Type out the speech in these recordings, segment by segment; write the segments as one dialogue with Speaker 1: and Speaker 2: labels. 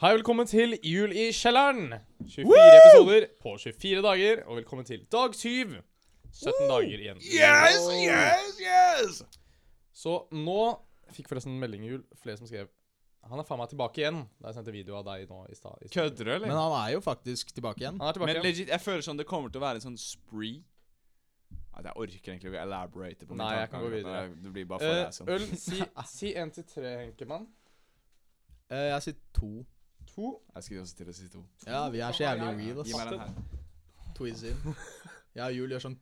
Speaker 1: Hei, velkommen til Jul i kjelleren. 24 episoder på 24 dager, og velkommen til dag 7. 17 dager igjen.
Speaker 2: Yes, yes, yes!
Speaker 1: Så nå fikk forresten melding i jul, flere som skrev Han er faen meg tilbake igjen. Da jeg sendte video av deg nå i stad. i stad.
Speaker 2: Kødder du,
Speaker 3: Men
Speaker 2: eller?
Speaker 3: han er jo faktisk tilbake igjen.
Speaker 1: Han er tilbake
Speaker 2: Men
Speaker 1: igjen.
Speaker 2: legit, jeg føler sånn det kommer til å være en sånn spree. Nei, jeg orker egentlig ikke å elaborate på mine
Speaker 1: Nei, jeg kan
Speaker 2: tanker
Speaker 1: gå videre.
Speaker 2: akkurat nå. Det blir bare for
Speaker 1: Eh,
Speaker 2: deg, sånn.
Speaker 1: øl, si, si en til tre, Henkemann.
Speaker 3: Eh, jeg sier to.
Speaker 1: To.
Speaker 2: Jeg skulle også til å si to.
Speaker 3: Ja, vi er så jævlig weird,
Speaker 2: Gi
Speaker 3: ass.
Speaker 2: meg den her.
Speaker 3: Tweezy. Ja, Jul gjør sånn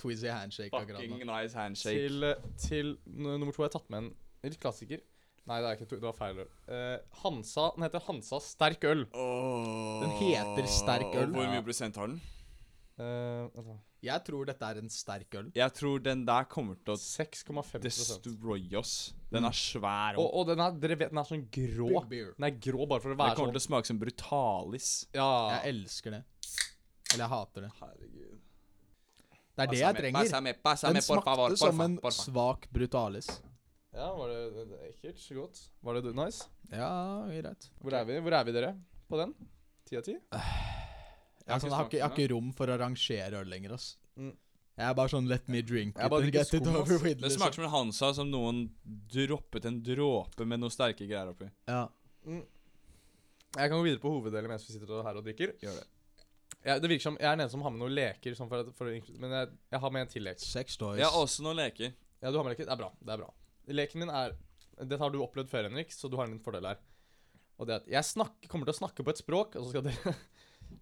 Speaker 3: tweezy handshake akkurat
Speaker 2: Fucking
Speaker 3: nå.
Speaker 2: nice handshake.
Speaker 1: Til, til n- nummer to. Jeg har tatt med en litt klassiker. Nei, det er ikke to, det var feil øl. Eh, Hansa, Den heter Hansa Sterk Øl.
Speaker 2: Åh.
Speaker 3: Den heter sterk øl.
Speaker 2: Og Hvor mye prosent har den?
Speaker 1: Eh, vent da.
Speaker 3: Jeg tror dette er en sterk øl.
Speaker 2: Jeg tror den der kommer til å
Speaker 1: 6,5 prosent.
Speaker 2: destroy oss. Den er svær.
Speaker 1: Og,
Speaker 2: Og
Speaker 1: og den er, dere vet, den er sånn grå.
Speaker 3: Big beer.
Speaker 1: Den er grå bare for å
Speaker 2: den
Speaker 1: være
Speaker 2: kommer
Speaker 1: sånn.
Speaker 2: til å smake som brutalis.
Speaker 1: Ja.
Speaker 3: Jeg elsker det. Eller jeg hater det.
Speaker 2: Herregud.
Speaker 3: Det er det jeg trenger. Den smakte som en svak brutalis.
Speaker 1: ja, var det, det, det er ekkelt? Så godt. Var det du- nice?
Speaker 3: Ja, greit.
Speaker 1: Hvor er vi, Hvor er vi dere på den? Ti av ti?
Speaker 3: Jeg, er sånn, jeg, har
Speaker 2: smakt
Speaker 3: ikke, jeg har
Speaker 2: den,
Speaker 3: ikke rom for å rangere øl lenger, ass.
Speaker 1: Mm.
Speaker 3: Jeg er bare sånn let me drink
Speaker 1: Jeg
Speaker 3: it
Speaker 1: bare
Speaker 3: and
Speaker 1: drikker
Speaker 3: get it
Speaker 1: skum, ass.
Speaker 3: over with.
Speaker 2: Det
Speaker 3: liksom.
Speaker 2: smaker som en Hansa som noen droppet en dråpe med noe sterke greier oppi.
Speaker 3: Ja.
Speaker 1: Jeg kan gå videre på hoveddelen mens vi sitter og- her og drikker.
Speaker 2: Gjør det.
Speaker 1: Jeg, det virker som, jeg er den eneste som har med noen leker, sånn for, at- for, å inklu- men jeg, jeg har med en til lek.
Speaker 3: Sex toys.
Speaker 2: Jeg har også noen leker.
Speaker 1: Ja, du har med leken? Det er bra. det er bra. Leken min er Dette har du opplevd før, Henrik, så du har en liten fordel her. Og det er at jeg snakker, kommer til å snakke på et språk, og så skal dere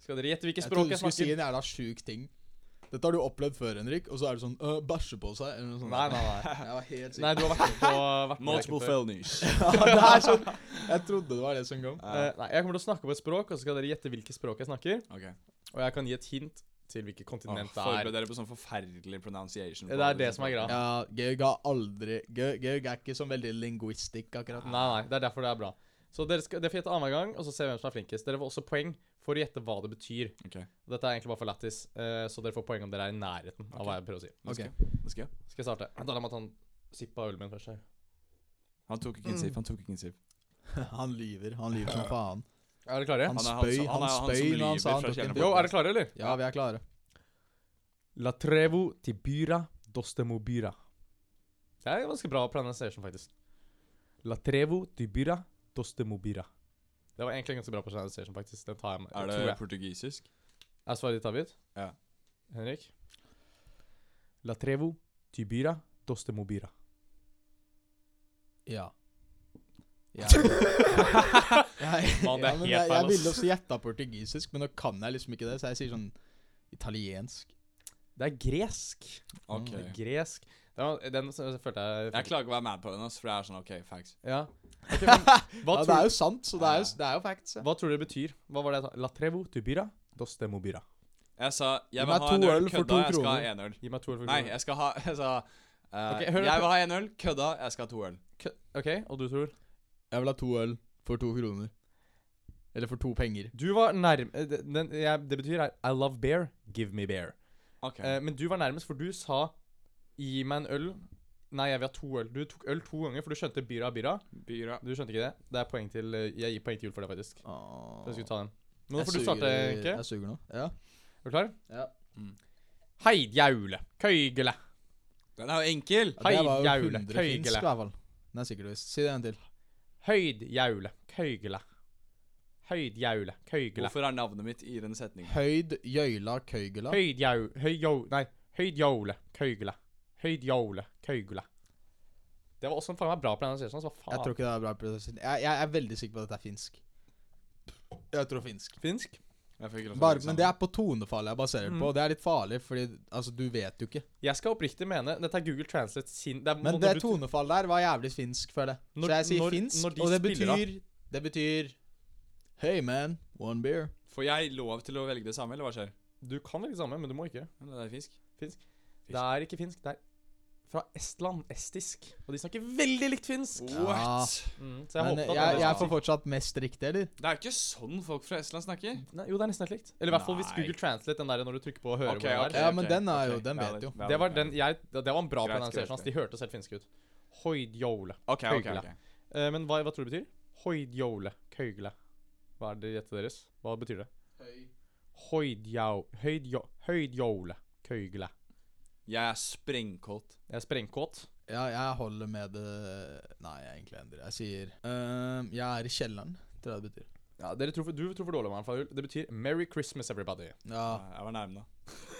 Speaker 1: Skal dere gjette hvilket
Speaker 3: Jeg trodde
Speaker 1: språk
Speaker 3: du
Speaker 1: jeg
Speaker 3: skulle si
Speaker 1: snakker?
Speaker 3: en jævla sjuk ting. Dette har du opplevd før, Henrik, og så er det sånn øh, bæsje på seg, eller noe sånt.
Speaker 1: Nei, nei, nei.
Speaker 3: Jeg var helt sikker.
Speaker 1: Nei, du har vært med på vært med på leken
Speaker 2: Multiple
Speaker 1: før.
Speaker 2: felonies.
Speaker 3: Ja, det er sånn Jeg trodde det var det som kom.
Speaker 1: Eh, nei, jeg kommer til å snakke på et språk, og så skal dere gjette hvilket språk jeg snakker.
Speaker 2: Ok.
Speaker 1: Og jeg kan gi et hint til hvilket
Speaker 2: Åh,
Speaker 1: kontinent
Speaker 2: Forbered
Speaker 1: det er.
Speaker 2: dere på sånn forferdelig pronunciation.
Speaker 1: Det er det som er greia.
Speaker 3: Ja, Georg har aldri Georg Georg er ikke sånn veldig linguistic akkurat.
Speaker 1: Nei, nei, det er derfor det er bra. Så dere, skal, dere får gjette annenhver gang, og så se hvem som er flinkest. Dere får også poeng for å gjette hva det betyr.
Speaker 2: Ok,
Speaker 1: Og Dette er egentlig bare for lættis, eh, så dere får poeng om dere er i nærheten av hva jeg prøver å si.
Speaker 2: nå skal
Speaker 3: Ok.
Speaker 2: jeg- nå skal jeg.
Speaker 1: Skal jeg starte? Da la meg ta en sipp av ølen min først her.
Speaker 2: Han tok ikke en sip. Han tok ikke en sip.
Speaker 3: Han lyver. Han lyver som faen.
Speaker 1: Er dere klare?
Speaker 3: Han
Speaker 2: Han er han
Speaker 3: spøy.
Speaker 2: som- han er
Speaker 3: Han
Speaker 2: han som
Speaker 3: spøy når han
Speaker 2: lyver
Speaker 3: sa han
Speaker 2: fra
Speaker 3: tok en
Speaker 2: kjelleren.
Speaker 1: Jo, er dere klare, eller?
Speaker 3: Ja, vi er klare.
Speaker 1: La trevo tibira dostemobira. Det er ganske bra pronunciation, faktisk. La trevo tibira dostemobira. Det var egentlig en ganske bra pronunciation, faktisk. Den tar jeg med.
Speaker 2: Er
Speaker 1: tror
Speaker 2: det
Speaker 1: jeg.
Speaker 2: portugisisk?
Speaker 1: Er svaret ditt avgitt?
Speaker 2: Ja.
Speaker 1: Henrik? La trevo tibira dostemobira.
Speaker 3: Ja. Jeg, jeg,
Speaker 1: Mann, det
Speaker 3: ja,
Speaker 1: er
Speaker 3: men
Speaker 1: helt
Speaker 3: jeg, jeg
Speaker 1: feil,
Speaker 3: ville
Speaker 1: ass.
Speaker 3: også gjette portugisisk, men nå kan jeg liksom ikke det, så jeg sier sånn italiensk.
Speaker 1: Det er gresk.
Speaker 2: Ok.
Speaker 1: Det er gresk. Den, var- den s- følte jeg
Speaker 2: Jeg klarer ikke å være mad på den, ass, for det er sånn OK, facts.
Speaker 1: Ja. Ok, men hva,
Speaker 3: Ja, det
Speaker 1: tror,
Speaker 3: er jo sant, så det er jo, det er jo facts. ja.
Speaker 1: hva tror du det betyr? Hva var det jeg sa? La trevo tibira dostemobira.
Speaker 2: Jeg sa jeg vil
Speaker 3: Gi meg
Speaker 2: ha en
Speaker 3: to
Speaker 2: øl,
Speaker 3: øl for
Speaker 2: kødda,
Speaker 3: to
Speaker 2: jeg skal ha
Speaker 3: kroner.
Speaker 2: en øl.
Speaker 1: Gi meg to ord for
Speaker 2: Nei, jeg skal ha Jeg sa eh,
Speaker 1: Ok, hør-
Speaker 2: Jeg vil ha en øl, kødda, jeg skal ha to øl.
Speaker 1: Kø- OK, og du tror?
Speaker 3: Jeg vil ha to øl for to kroner. Eller for to penger.
Speaker 1: Du var nærm... eh, Den, den- jeg, det betyr her I love bear, give me bear.
Speaker 2: Ok.
Speaker 1: Eh, men du var nærmest, for du sa gi meg en øl. Nei, jeg vil ha to øl. Du tok øl to ganger, for du skjønte byra byra.
Speaker 2: Byra.
Speaker 1: Du skjønte ikke det. Det er poeng til eh, Jeg gir poeng til jul for det, faktisk.
Speaker 3: Åh.
Speaker 1: Jeg skulle ta den. Nå
Speaker 3: Jeg
Speaker 1: får du
Speaker 3: suger-
Speaker 1: starte, Enke.
Speaker 3: Jeg suger nå. Ja.
Speaker 1: Er du klar?
Speaker 3: Ja.
Speaker 1: Heidjaule. Køygele.
Speaker 2: Den er jo enkel!
Speaker 3: Ja, det var jo
Speaker 1: Hei,
Speaker 3: 100
Speaker 1: jævle,
Speaker 3: finsk,
Speaker 1: køygele.
Speaker 3: i hvert fall. Nei, sikkert. Si det en til.
Speaker 1: Høydjaule. Køygele. Høydjaule. Køygele.
Speaker 2: Hvorfor er navnet mitt i denne setningen?
Speaker 3: Høyd, jøyla, køygela.
Speaker 1: Høydjau... Høyjau... Nei. Høydjaule. Køygele. Høydjaule. Køygele. Det var også en faen meg bra pronunciation. så hva faen?
Speaker 3: Jeg tror ikke det er bra. prosess. Jeg, jeg er veldig sikker på at dette er finsk. Jeg tror finsk.
Speaker 1: Finsk?
Speaker 2: Jeg fikk også
Speaker 3: Bare,
Speaker 2: litt
Speaker 3: men
Speaker 2: sånn-
Speaker 3: det er Mm. på tonefallet jeg baserer det på, og det er litt farlig, fordi altså, du vet jo ikke.
Speaker 1: Jeg skal oppriktig mene Dette er Google Translate sin det er,
Speaker 3: Men
Speaker 1: når
Speaker 3: det
Speaker 1: du-
Speaker 3: tonefallet der var jævlig finsk, føler jeg.
Speaker 1: Når-
Speaker 3: Så jeg sier
Speaker 1: når-
Speaker 3: finsk,
Speaker 1: når de
Speaker 3: og det
Speaker 1: spiller, da.
Speaker 3: betyr Det betyr Hey man, one beer.
Speaker 2: Får jeg lov til å velge det samme, eller hva skjer?
Speaker 1: Du kan velge samme, men du må ikke.
Speaker 2: Eller Det er fisk.
Speaker 1: Det er ikke finsk. Det er fra Estland. Estisk. Og de snakker veldig likt finsk.
Speaker 2: What?
Speaker 1: Mm, så jeg
Speaker 3: Men eh,
Speaker 1: håpet
Speaker 3: jeg,
Speaker 1: at
Speaker 3: jeg,
Speaker 1: det var
Speaker 3: får fortsatt mest riktig, eller?
Speaker 2: Det er ikke sånn folk fra Estland snakker.
Speaker 1: Nei, Jo, det er nesten helt likt. Eller i hvert fall hvis
Speaker 2: Nei.
Speaker 1: Google Translate, den der når du trykker på og hører
Speaker 2: Ok,
Speaker 1: hvor
Speaker 2: ok,
Speaker 1: det er.
Speaker 3: Ja, men
Speaker 2: ok,
Speaker 3: den er jo-
Speaker 2: ok.
Speaker 3: den
Speaker 2: Ja,
Speaker 3: vet jo.
Speaker 2: ja,
Speaker 1: Det var den jeg Det var en bra
Speaker 2: Greit,
Speaker 1: pronunciation.
Speaker 2: greit,
Speaker 1: ass. De hørtes helt finske ut. Hoidjole.
Speaker 2: Ok, ok,
Speaker 1: Høygle.
Speaker 2: ok.
Speaker 1: Eh, men hva, hva tror du det betyr? Hoidjole. Køygle. Hva er det gjettet deres? Hva betyr det? Høydjau... Høydjå... Høydjåle. Køygle.
Speaker 2: Jeg er sprengkåt.
Speaker 1: Jeg er sprengkåt.
Speaker 3: Ja, jeg holder med det Nei, jeg egentlig endrer. Jeg sier ehm, Jeg er i kjelleren, tror jeg det betyr.
Speaker 1: Ja, dere tror for, du tror for dårlig om meg, Fadul. Det betyr 'Merry Christmas, everybody'.
Speaker 3: Ja,
Speaker 2: Jeg var nærme, da.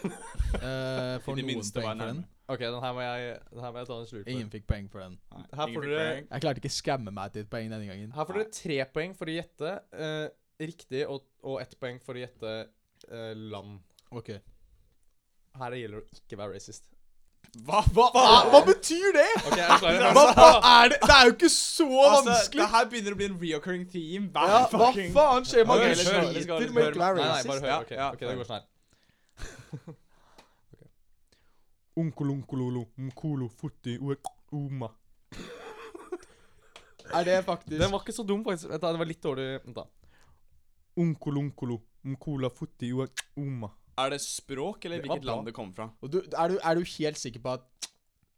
Speaker 3: eh,
Speaker 2: I
Speaker 3: Får
Speaker 2: det
Speaker 3: noen
Speaker 2: minste var
Speaker 3: poeng
Speaker 2: jeg
Speaker 3: for den?
Speaker 2: nærme.
Speaker 1: Ok, den her må jeg, den her må jeg ta en slurk på.
Speaker 3: Ingen fikk poeng for den.
Speaker 2: Nei,
Speaker 1: Her
Speaker 2: ingen
Speaker 1: får
Speaker 2: fikk
Speaker 1: dere-
Speaker 2: poeng.
Speaker 3: Jeg klarte ikke å skamme meg til et poeng denne gangen.
Speaker 1: Her får dere tre poeng for å gjette eh, riktig, og, og ett poeng for å gjette eh, land.
Speaker 3: Ok
Speaker 1: Her gjelder det å ikke være racist.
Speaker 2: Hva, hva,
Speaker 3: betyr det?!
Speaker 1: Ok, er dere klare?
Speaker 3: Hva faen er det?! Det er jo ikke så
Speaker 2: Altså,
Speaker 3: vanskelig!
Speaker 2: det her begynner å bli en reoccurring theme. Hver
Speaker 3: Ja, hva
Speaker 2: fucking
Speaker 3: faen skjer? Man
Speaker 1: Ok,
Speaker 2: Ok,
Speaker 1: let's go, let's go,
Speaker 3: sliter
Speaker 1: let's go.
Speaker 3: med ikke å
Speaker 1: Hør-
Speaker 3: være
Speaker 1: Nei, nei,
Speaker 3: racist.
Speaker 1: bare hør.
Speaker 2: Ja,
Speaker 1: ok,
Speaker 2: ja,
Speaker 1: ok, det
Speaker 2: hør.
Speaker 1: går sånn her. Ok. Onkel, onkelolo, mkolo, futti, uek, oma.
Speaker 3: Er det faktisk
Speaker 1: Den var ikke så dum, faktisk. Vent da, Den var litt dårlig. Vent da. Onkel, onkolo, mkola, futti, uek, oma.
Speaker 2: Er det språk, eller
Speaker 1: Det var
Speaker 2: hvilket
Speaker 1: bra.
Speaker 2: land det kommer fra?
Speaker 3: Og du, er, du, er du helt sikker på at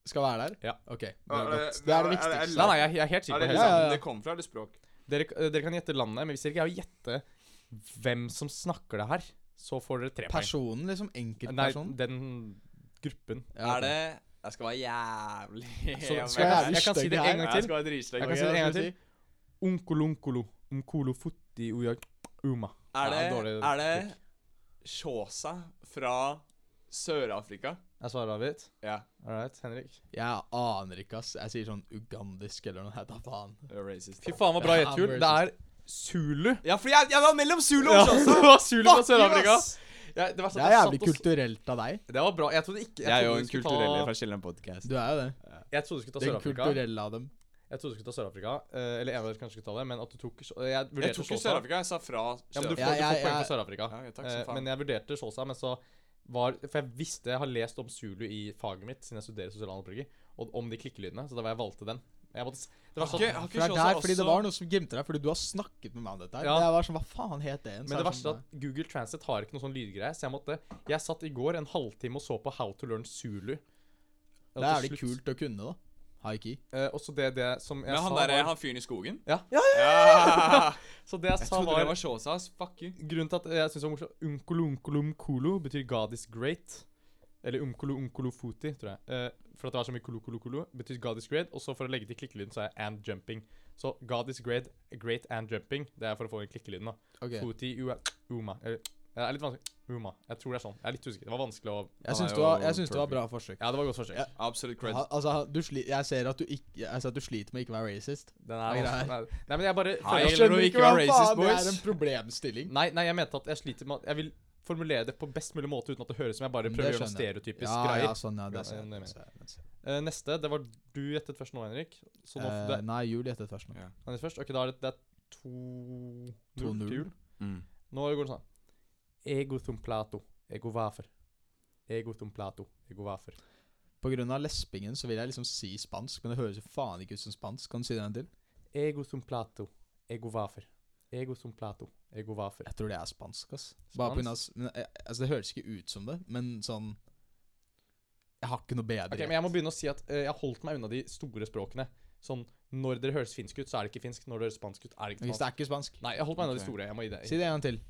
Speaker 3: skal være der?
Speaker 1: Ja.
Speaker 3: Ok, det
Speaker 2: Er
Speaker 3: er
Speaker 2: det-
Speaker 3: godt. Det er
Speaker 2: er
Speaker 3: det
Speaker 2: det- er det
Speaker 3: viktigste.
Speaker 1: Nei, nei, jeg, jeg er helt
Speaker 2: Er
Speaker 1: sikker.
Speaker 2: det
Speaker 1: på hele
Speaker 2: liksom-
Speaker 3: Ja, ja,
Speaker 2: land
Speaker 3: ja.
Speaker 2: det kommer fra, eller språk?
Speaker 1: Dere, eh, dere kan gjette landet, men hvis dere ikke er å gjette hvem som snakker det her, så får dere tre poeng.
Speaker 3: Personen, liksom?
Speaker 1: Nei,
Speaker 3: Enkeltpersonen?
Speaker 1: den gruppen.
Speaker 2: Er
Speaker 3: Ja, ok.
Speaker 2: det Jeg skal være jævlig
Speaker 1: Så,
Speaker 2: Jeg
Speaker 1: skal jeg,
Speaker 3: være
Speaker 1: jeg kan si
Speaker 3: stygg
Speaker 1: det
Speaker 3: her?
Speaker 1: en gang
Speaker 2: Jeg
Speaker 1: til.
Speaker 2: skal være dritsløy.
Speaker 1: Jeg kan si det en gang til. Onkolo, onkolo, mkolo, futti, uek, uma.
Speaker 2: Er
Speaker 1: Ja,
Speaker 2: det,
Speaker 1: dårlig
Speaker 2: er det Shawsa fra Sør-Afrika?
Speaker 1: Jeg svarer avgitt.
Speaker 2: Ja,
Speaker 1: All right, Henrik.
Speaker 3: Jeg aner ikke, ass. Jeg sier sånn ugandisk eller noe. Jeg tar faen.
Speaker 2: det er racist.
Speaker 1: Fy faen, var bra
Speaker 3: Ja,
Speaker 1: gjetthjul.
Speaker 3: I'm
Speaker 1: Det er Zulu.
Speaker 2: Ja, for jeg, jeg var mellom Zulu
Speaker 1: Ja,
Speaker 2: og
Speaker 1: det
Speaker 2: Shawsa!
Speaker 1: var Zulu fra Sør-Afrika.
Speaker 3: ass.
Speaker 1: Ja, det, verste
Speaker 3: Det
Speaker 1: at
Speaker 3: er
Speaker 1: jeg
Speaker 3: jævlig
Speaker 1: satt og s-
Speaker 3: kulturelt av deg.
Speaker 1: Det var bra. Jeg trodde ikke Jeg, trodde du skulle ta,
Speaker 2: fra Kjelleren Podcast.
Speaker 3: Du er jo det.
Speaker 1: jeg trodde du skulle ta
Speaker 3: Den
Speaker 1: Sør-Afrika.
Speaker 3: kulturelle av dem.
Speaker 1: Jeg trodde du skulle ta Sør-Afrika. eh, eller en av dere kanskje skulle ta det, men at du tok så- Jeg
Speaker 2: Jeg
Speaker 1: vurderte
Speaker 2: tok jo
Speaker 1: Sjåsa.
Speaker 2: Sør-Afrika, jeg sa fra
Speaker 1: Ja, men du får,
Speaker 2: Sør-Afrika.
Speaker 3: Ja,
Speaker 1: du får
Speaker 3: ja,
Speaker 1: poeng
Speaker 3: ja.
Speaker 1: for Sør-Afrika.
Speaker 2: Ja, ja, takk som
Speaker 1: Eh,
Speaker 2: faen.
Speaker 1: men jeg vurderte Sjåsa, men så var For jeg visste Jeg har lest om Zulu i faget mitt siden jeg studerer sosialantropologi, og om de klikkelydene, så da var jeg valgte den. Jeg måtte, s- det var
Speaker 2: Har
Speaker 1: sånn
Speaker 2: ikke- har ikke
Speaker 3: For det er
Speaker 2: Shawsa
Speaker 3: der, fordi det
Speaker 2: også-
Speaker 3: var noe som glimter deg, fordi du har snakket med meg om dette her.
Speaker 1: Ja.
Speaker 3: Jeg var sånn, hva faen het det igjen? Så
Speaker 1: Men
Speaker 3: er
Speaker 1: det verste er
Speaker 3: sånn,
Speaker 1: at Google Translate har ikke noe sånn lydgreie, så jeg måtte Jeg satt i går en halvtime og så på How to Learn Zulu. Og til
Speaker 3: Det er jævlig
Speaker 1: slutt-
Speaker 3: kult å kunne, da. Haiki.
Speaker 1: Eh, og så det, det som jeg
Speaker 2: Men han
Speaker 1: sa
Speaker 2: derre,
Speaker 1: var-
Speaker 2: han fyren i skogen?
Speaker 1: Ja.
Speaker 2: ja.
Speaker 1: Så det jeg,
Speaker 2: Jeg
Speaker 1: sa
Speaker 2: trodde det
Speaker 1: var,
Speaker 2: var Shawsa, ass. Fuck you.
Speaker 1: Grunnen til at jeg syns det var morsomt Unkolo unkolo mkolo betyr God is great. Eller umkolo unkolo foti, tror jeg. Eh, for at det var så mye kolo kolo kolo, betyr God is great. Og så for å legge til klikkelyden, så er and jumping. Så God is great, great and jumping. Det er for å få inn klikkelyden, da.
Speaker 3: Ok.
Speaker 1: Foti ua uma. Eller, det er litt vanskelig. Uma. Jeg tror det er sånn. Jeg er litt usikker. Det var vanskelig å
Speaker 3: Jeg
Speaker 2: Han
Speaker 3: syns
Speaker 2: er
Speaker 3: du var,
Speaker 2: jo
Speaker 3: jeg syns det var
Speaker 2: perfect.
Speaker 3: bra forsøk.
Speaker 1: Ja, det var godt forsøk.
Speaker 3: Ja.
Speaker 2: Absolute cred.
Speaker 3: Ha, altså, du sli, jeg ser at du ikke Jeg ser at du sliter med ikke å være racist.
Speaker 1: Den
Speaker 3: Nei,
Speaker 1: er
Speaker 3: det er-
Speaker 1: vanskelig. Nei, Nei, men jeg bare
Speaker 2: Nei,
Speaker 1: jeg
Speaker 2: eller å ikke være racist,
Speaker 3: det
Speaker 2: boys.
Speaker 3: er en problemstilling.
Speaker 1: Nei, nei, jeg mente at jeg sliter med at Jeg vil formulere det på best mulig måte uten at det høres som jeg bare
Speaker 3: Men
Speaker 1: prøver å
Speaker 3: det
Speaker 1: gjøre noe
Speaker 3: skjønner
Speaker 1: stereotypisk
Speaker 3: Ja,
Speaker 1: greier.
Speaker 3: ja, sånn, ja.
Speaker 1: Ja,
Speaker 3: Det ser
Speaker 1: ja,
Speaker 3: jeg.
Speaker 1: det
Speaker 3: det ser jeg, det ser jeg.
Speaker 1: Eh, neste, det var du gjettet først nå, Henrik. Så nå
Speaker 3: Eh,
Speaker 1: det,
Speaker 3: Nei, jul gjettet først nå.
Speaker 2: Ja.
Speaker 1: han gjettet først. Ok, da er det, det er to
Speaker 3: To
Speaker 1: null
Speaker 3: null.
Speaker 1: til jul.
Speaker 2: Mm.
Speaker 1: Nå går det sånn. Ego thum plato, ego wafer. Ego thum plato, ego wafer.
Speaker 3: På grunn av lespingen så vil jeg liksom si spansk, men det høres jo faen ikke ut som spansk. Kan du si det en til?
Speaker 1: Ego thum um plato, ego wafer. Ego thum plato, ego wafer.
Speaker 3: Jeg tror det er spansk, ass. Bare på grunn av s- men, eh, Altså, det høres ikke ut som det, men sånn Jeg har ikke noe bedre.
Speaker 1: Ok, men jeg må begynne å si at eh, jeg har holdt meg unna de store språkene. Sånn, når dere høres finsk ut, så er det ikke finsk. Når dere høres spansk ut, er det ikke
Speaker 3: Hvis
Speaker 1: spansk.
Speaker 3: det er ikke spansk.
Speaker 1: Nei, jeg har holdt meg unna de
Speaker 2: Ok.
Speaker 1: store. Jeg må gi det.
Speaker 3: Si det en gang til.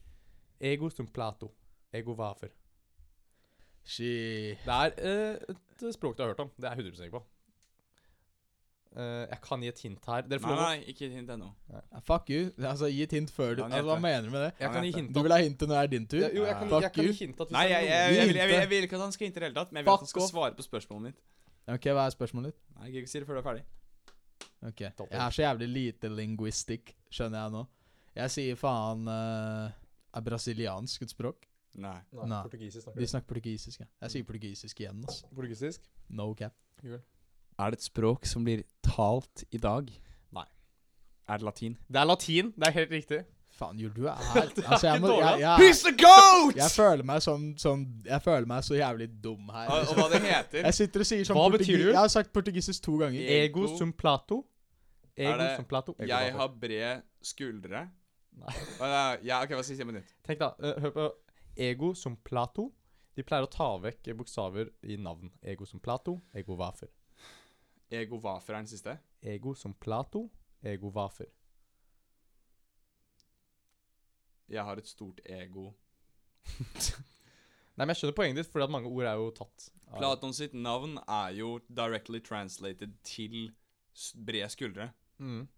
Speaker 1: Ego sum um plato. Ego wafer.
Speaker 3: Shi.
Speaker 1: Det er eh, et språk du har hørt om. Det er jeg 100 sikker på. Eh, jeg kan gi et hint her. Dere får
Speaker 2: Nei,
Speaker 1: lov å-
Speaker 2: nei, ikke et hint ennå.
Speaker 3: Ja, Fuck you. Altså, gi et hint før du
Speaker 2: Ja, han
Speaker 3: altså, Hva
Speaker 2: heter-
Speaker 3: mener du med det?
Speaker 1: Jeg kan gi
Speaker 2: Ja,
Speaker 1: hint
Speaker 3: Du
Speaker 1: at
Speaker 3: vil ha hintet når det er din tur?
Speaker 1: Jo, jeg kan,
Speaker 3: Fuck
Speaker 1: jeg kan
Speaker 3: you.
Speaker 1: gi hint at hvis
Speaker 2: Nei,
Speaker 1: det
Speaker 2: jeg,
Speaker 1: er
Speaker 2: jeg,
Speaker 1: noen-
Speaker 2: jeg, vil,
Speaker 3: Hint.
Speaker 2: jeg, vil, jeg vil ikke at han skal hinte i det hele tatt, men jeg vil at han
Speaker 3: Fuck
Speaker 2: skal
Speaker 3: off.
Speaker 2: svare på spørsmålet mitt.
Speaker 3: Ok, hva er spørsmålet ditt?
Speaker 2: Nei, jeg kan ikke si det før du er ferdig.
Speaker 3: Ok,
Speaker 1: Topp.
Speaker 3: Jeg er så jævlig lite linguistic, skjønner jeg nå. Jeg sier faen eh, Er brasiliansk et språk?
Speaker 2: Nei.
Speaker 1: Nei,
Speaker 3: Nei.
Speaker 1: Portugisisk snakker
Speaker 3: De
Speaker 1: du.
Speaker 3: snakker portugisisk, ja. Jeg sier portugisisk igjen, ass.
Speaker 1: Portugisisk?
Speaker 3: No cap.
Speaker 2: Er det et språk som blir talt i dag?
Speaker 1: Nei.
Speaker 2: Er det latin?
Speaker 1: Det er latin. Det er helt riktig.
Speaker 3: Faen, Jul, du er Altså,
Speaker 1: ikke
Speaker 3: jeg må
Speaker 1: dårlig,
Speaker 3: jeg, jeg,
Speaker 2: He's the goat!
Speaker 3: jeg føler meg som, som Jeg føler meg så jævlig dum her.
Speaker 2: og, og
Speaker 3: Liksom.
Speaker 2: hva det heter?
Speaker 3: Jeg sitter og sier sånn
Speaker 1: Hva
Speaker 3: portugi-
Speaker 1: betyr jul?
Speaker 3: Jeg har sagt portugisisk to ganger.
Speaker 1: Ego
Speaker 2: Ego.
Speaker 1: sum plato. Ego
Speaker 2: Er det-
Speaker 1: sum plato. Ego
Speaker 2: Jeg
Speaker 1: wafer.
Speaker 2: har bred skuldre.
Speaker 1: Nei.
Speaker 2: Å, ja, Ja, ok, hva sier stemmen din?
Speaker 1: Tenk da, eh, hør på Ego som Plato. De pleier å ta vekk bokstaver i navn. Ego som Plato, ego wafer.
Speaker 2: Ego wafer er den siste.
Speaker 1: Ego som Plato, ego wafer.
Speaker 2: Jeg har et stort ego.
Speaker 1: Nei, men jeg skjønner poenget ditt, fordi at mange ord er jo tatt. av-
Speaker 2: Platon sitt navn er jo directly translated til s- brede skuldre.
Speaker 1: Mm.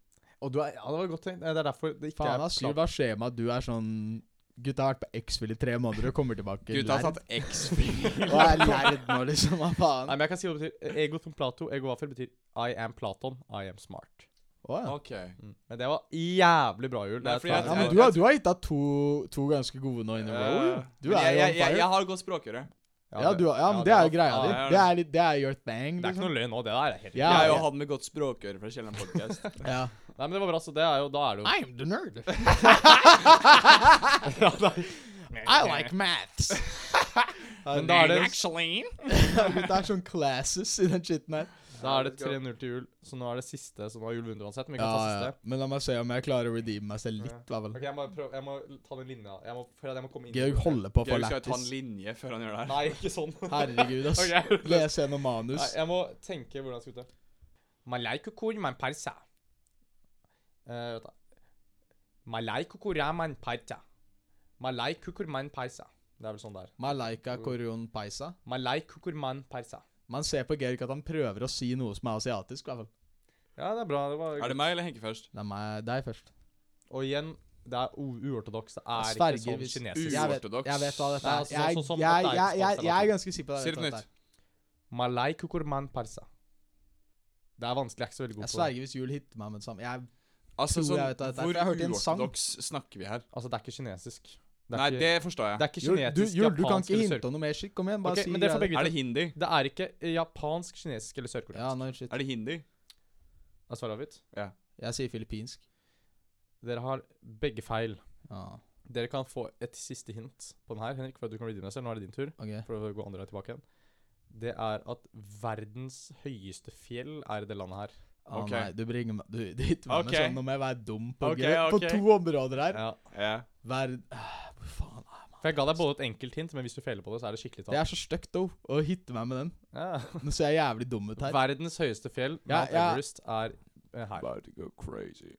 Speaker 1: Og du er, ja, det var godt tenkt. Det er derfor det ikke
Speaker 3: Faen,
Speaker 1: er
Speaker 3: ass. Syv av skjema. Du er sånn Gutta har vært på X-Fill i tre måneder og kommer tilbake
Speaker 2: Gutta har
Speaker 3: lærd.
Speaker 2: tatt X-fil.
Speaker 3: Og er lærd nå, liksom. Hva faen?
Speaker 1: Nei, men jeg kan si hva det betyr. Ego som Plato, ego vaffel betyr I am Platon, I am smart.
Speaker 3: Å, ja.
Speaker 2: OK. eh,
Speaker 1: Mm. Men det var jævlig bra, Jul.
Speaker 2: Nei,
Speaker 1: Det er
Speaker 2: fordi
Speaker 1: et
Speaker 2: jeg-
Speaker 3: ja,
Speaker 1: faen-
Speaker 3: men du har, du har gitt deg to, to ganske gode nå in a row. jo.
Speaker 2: Eh,
Speaker 3: Du
Speaker 2: men
Speaker 3: er
Speaker 2: jeg,
Speaker 3: jo
Speaker 2: jeg, jeg,
Speaker 3: on
Speaker 2: jeg
Speaker 3: fire.
Speaker 2: har godt språkrøre.
Speaker 3: Ja, du, har- ja men det er jo greia
Speaker 1: ja,
Speaker 3: di.
Speaker 2: det er
Speaker 3: Det
Speaker 2: det.
Speaker 3: er, litt- det er your thing.
Speaker 1: Det er ikke
Speaker 3: Liksom.
Speaker 1: noe løgn nå, det der er helt
Speaker 3: Ja,
Speaker 2: jeg er jo
Speaker 3: ja.
Speaker 2: han med godt språkrøre fra Kjelleren podcast.
Speaker 3: Ja.
Speaker 1: Nei, men det var bra, så det er jo Da er det jo
Speaker 3: I'm the nerd.
Speaker 1: Ja, da-
Speaker 3: I like maths.
Speaker 1: Men da er det
Speaker 2: Actually
Speaker 3: Gutta er sånn classes i den shiten her.
Speaker 1: Da er det 3-0 til jul, så nå er det siste som har jul vunnet uansett. Men vi
Speaker 3: Ja,
Speaker 1: kan ta
Speaker 3: ja.
Speaker 1: siste.
Speaker 3: Men la meg se om jeg klarer å redeeme meg selv litt. hva vel.
Speaker 1: Ok, Jeg må, prøve, jeg må ta den linja. Jeg må, for at jeg må komme inn
Speaker 3: Georg holder på å få
Speaker 2: Georg skal jo ta en
Speaker 3: lættis.
Speaker 2: linje før han gjør det her.
Speaker 1: Nei, ikke sånn.
Speaker 3: Herregud, ass.
Speaker 1: Ok.
Speaker 3: Les gjennom manus.
Speaker 1: Nei, jeg må tenke hvordan jeg skal ut det. Malaikokor man persa. Uh, vent da. Malaikokor er man persa. Malaikokor man persa. Det er vel sånn det er.
Speaker 3: Malaika Koryon Paisa.
Speaker 1: Malaikokor man persa.
Speaker 3: Man ser på Georg at han prøver å si noe som er asiatisk. i hvert fall.
Speaker 1: Ja, det er bra. Det var
Speaker 2: Er det meg eller Henke først?
Speaker 3: Det er meg, deg først.
Speaker 1: Og igjen, det er u- uortodoks. Det er
Speaker 3: Jeg
Speaker 1: ikke
Speaker 3: sverger
Speaker 1: sånn
Speaker 3: hvis-
Speaker 1: kinesisk.
Speaker 3: Jeg vet,
Speaker 2: Uortodoks.
Speaker 3: jeg vet hva dette
Speaker 1: Nei,
Speaker 3: er.
Speaker 1: altså,
Speaker 3: Jeg,
Speaker 1: sånn som
Speaker 3: jeg, jeg,
Speaker 1: at det er
Speaker 3: jeg, jeg,
Speaker 1: ikke
Speaker 3: er ganske sikker på det.
Speaker 2: Si det på
Speaker 3: dette
Speaker 2: nytt.
Speaker 3: her.
Speaker 1: Malaikokor man persa. Det er vanskelig. Jeg er ikke så veldig god på
Speaker 3: Jeg
Speaker 1: det.
Speaker 3: sverger hvis jul hitter meg med det samme. Jeg,
Speaker 2: Altså,
Speaker 3: Tror
Speaker 2: sånn,
Speaker 3: jeg vet hva dette er, for
Speaker 2: hvor
Speaker 3: jeg hørte en sang.
Speaker 2: uortodoks snakker vi her?
Speaker 1: Altså, det er ikke kinesisk. Det er
Speaker 2: Nei,
Speaker 1: ikke,
Speaker 2: det forstår
Speaker 1: det
Speaker 2: jeg.
Speaker 1: er ikke
Speaker 3: jul, du,
Speaker 1: kinetisk,
Speaker 3: jul, du kan
Speaker 1: japansk
Speaker 3: ikke
Speaker 1: eller
Speaker 3: hinte
Speaker 1: sør...
Speaker 3: om noe mer. Shit, kom igjen. Bare
Speaker 1: Ok,
Speaker 3: si
Speaker 1: men det får
Speaker 3: greia.
Speaker 1: begge
Speaker 2: Er det
Speaker 1: vite.
Speaker 2: hindi?
Speaker 1: Det er ikke eh, japansk, kinesisk eller sørkoreansk.
Speaker 3: Ja, no shit.
Speaker 2: Er det hindi?
Speaker 1: Er svaret avgitt?
Speaker 3: Jeg sier filippinsk.
Speaker 1: Dere har begge feil.
Speaker 3: Ja,
Speaker 1: Dere kan få et siste hint på den her, Henrik, for at du kan redeeme deg selv. Nå er det din tur.
Speaker 3: ok.
Speaker 1: For å gå andre vei tilbake igjen. Det er at verdens høyeste fjell er i det landet her.
Speaker 3: Å
Speaker 2: Ok.
Speaker 3: Ah, nei, du bringer meg Du, du hitter meg
Speaker 2: Ok.
Speaker 3: med sånn Nå må jeg være dum på,
Speaker 2: Ok,
Speaker 3: grep-
Speaker 2: ok.
Speaker 3: på to områder her.
Speaker 1: Ja.
Speaker 2: Ja.
Speaker 3: Verd... Ah, Hvor faen er man?
Speaker 1: For jeg ga deg både et enkelt hint, men hvis du feiler på det, så er det skikkelig
Speaker 3: Det
Speaker 1: tap.
Speaker 3: er så stygt, though, å hitte meg med den.
Speaker 1: Ja.
Speaker 3: Nå ser jeg jævlig dum ut her.
Speaker 1: Verdens høyeste fjell,
Speaker 3: Ja,
Speaker 1: Mount
Speaker 3: ja.
Speaker 1: Everest, er eh, her.
Speaker 2: About to go crazy.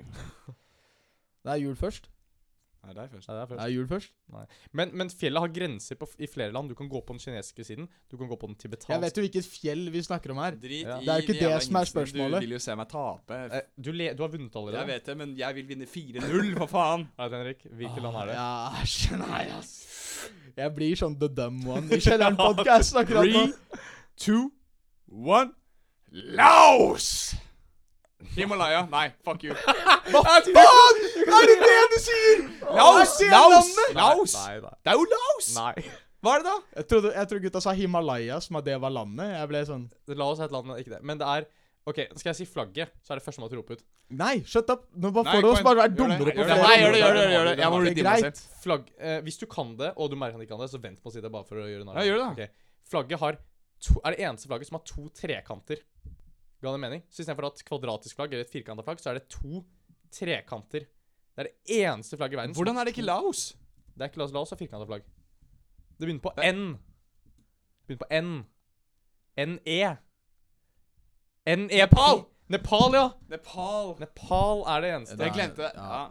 Speaker 3: Det er jul først.
Speaker 2: Nei, deg først.
Speaker 1: Ja, det er
Speaker 3: Det
Speaker 1: først.
Speaker 3: er jul først.
Speaker 1: men, men fjellet har grenser på, f- i flere land. Du kan gå på den kinesiske siden. Du kan gå på den tibetanske.
Speaker 3: Jeg vet jo hvilket fjell vi snakker om her.
Speaker 2: Drit
Speaker 1: Ja.
Speaker 2: i
Speaker 3: Det er jo ikke
Speaker 2: de
Speaker 3: det
Speaker 2: jævla
Speaker 3: som er
Speaker 2: hintsene.
Speaker 3: spørsmålet.
Speaker 2: Du vil jo se meg tape.
Speaker 1: Eh, du, le, du har vunnet allerede.
Speaker 2: Jeg vet det, men jeg vil vinne 4-0, for faen.
Speaker 1: Nei, Henrik, hvilket land er det?
Speaker 2: Ah,
Speaker 3: Ja, æsj, nei, ass. Jeg blir sånn the dumb one i kjelleren podcast akkurat nå.
Speaker 2: 2, 1 Laos! Himalaya. Nei, fuck you.
Speaker 3: Hva faen? Er det det du sier?
Speaker 2: Laos!
Speaker 3: Det er
Speaker 2: Laos!
Speaker 3: landet.
Speaker 2: Laos!
Speaker 1: Nei, nei.
Speaker 2: Det er jo Laos!
Speaker 1: nei.
Speaker 2: Hva er det, da?
Speaker 3: Jeg trodde, jeg trodde gutta sa Himalaya, som at det var landet. Jeg ble sånn
Speaker 1: Det- La oss ha et land, men ikke det. Men det er OK, skal jeg si flagget, så er det førstemann til å rope ut.
Speaker 3: Nei, shut up.
Speaker 2: Nei,
Speaker 3: Nå bare får du oss
Speaker 2: kom
Speaker 3: bare
Speaker 2: igjen.
Speaker 3: være dummere på
Speaker 2: Gjør det.
Speaker 3: flere
Speaker 2: Nei, gjør det, gjør det,
Speaker 3: områder.
Speaker 2: gjør det. Jeg må
Speaker 3: Det er
Speaker 2: redeeme meg
Speaker 3: greit.
Speaker 2: selv.
Speaker 1: Flagg, eh, hvis du kan det, og du merker at du ikke kan det, så vent på å si det bare for å gjøre narr. av
Speaker 2: Ja, gjør
Speaker 1: Ok. Flagget har to, er det eneste flagget som har to trekanter. Ga det mening? Så istedenfor å ha et kvadratisk flagg eller et firkanta flagg, så er det to trekanter. Det er det eneste flagget i verden. som-
Speaker 2: Hvordan er det ikke Laos?
Speaker 1: Det er ikke La oss, la oss ha firkanta flagg. Det begynner på
Speaker 2: Det-
Speaker 1: N. Det begynner på N. NE. Nepal! Nepal, ja!
Speaker 2: Nepal.
Speaker 1: Nepal er det eneste.
Speaker 3: Det
Speaker 2: Jeg glemte det.
Speaker 3: Ja.
Speaker 2: Ja.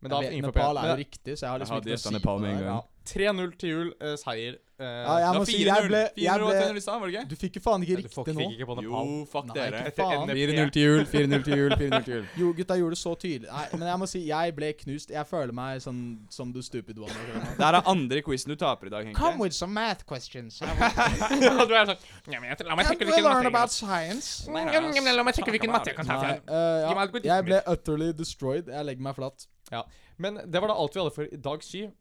Speaker 1: Men da
Speaker 3: Jeg vet,
Speaker 1: ingen får
Speaker 3: Nepal
Speaker 1: pen.
Speaker 3: er jo
Speaker 1: Men-
Speaker 3: riktig, så jeg har liksom
Speaker 2: Jeg
Speaker 3: ikke noe å
Speaker 2: hadde gjetta
Speaker 3: si
Speaker 2: Nepal
Speaker 3: på
Speaker 2: med en
Speaker 3: det.
Speaker 2: gang.
Speaker 3: Ja.
Speaker 1: 3-0 til jul, eh, seier. Eh,
Speaker 3: Ja,
Speaker 2: Det
Speaker 3: jeg må
Speaker 2: var
Speaker 3: si jeg
Speaker 2: 4-0.
Speaker 3: ble, jeg
Speaker 2: 4-0 var 3-0
Speaker 3: ble
Speaker 2: i stad, var det ikke?
Speaker 3: Du fikk jo faen ikke
Speaker 1: Nei, du får-
Speaker 3: riktig nå.
Speaker 1: fikk ikke på
Speaker 2: Jo,
Speaker 1: Nepal.
Speaker 2: fuck
Speaker 3: Nei,
Speaker 2: dere.
Speaker 1: Etter
Speaker 3: ikke
Speaker 1: E
Speaker 3: faen.
Speaker 1: NE.
Speaker 2: 4-0 til jul, 4-0 til jul, 4-0 til jul.
Speaker 3: Jo, gutta gjorde det så tydelig. Nei, men jeg må si jeg ble knust. Jeg føler meg sånn som the stupid one. akkurat nå.
Speaker 2: Det her er andre quizen du taper i dag,
Speaker 3: Come
Speaker 2: Henke.
Speaker 3: with some math questions. I
Speaker 1: Ja, du er sånn «Nei, men jeg- La meg
Speaker 3: want
Speaker 1: tenke
Speaker 3: to
Speaker 1: hvilken
Speaker 3: learn about
Speaker 1: matte
Speaker 3: science.
Speaker 1: jeg kan ta». «Nei, men La meg tenke hvilken matte jeg kan ta
Speaker 3: Nei,
Speaker 1: fra.
Speaker 3: eh,
Speaker 1: Give me
Speaker 3: ja.
Speaker 1: algoritmer.
Speaker 3: Jeg ble utterly destroyed. Jeg legger meg flatt.
Speaker 1: Men det var da alt vi hadde for i dag, Sy.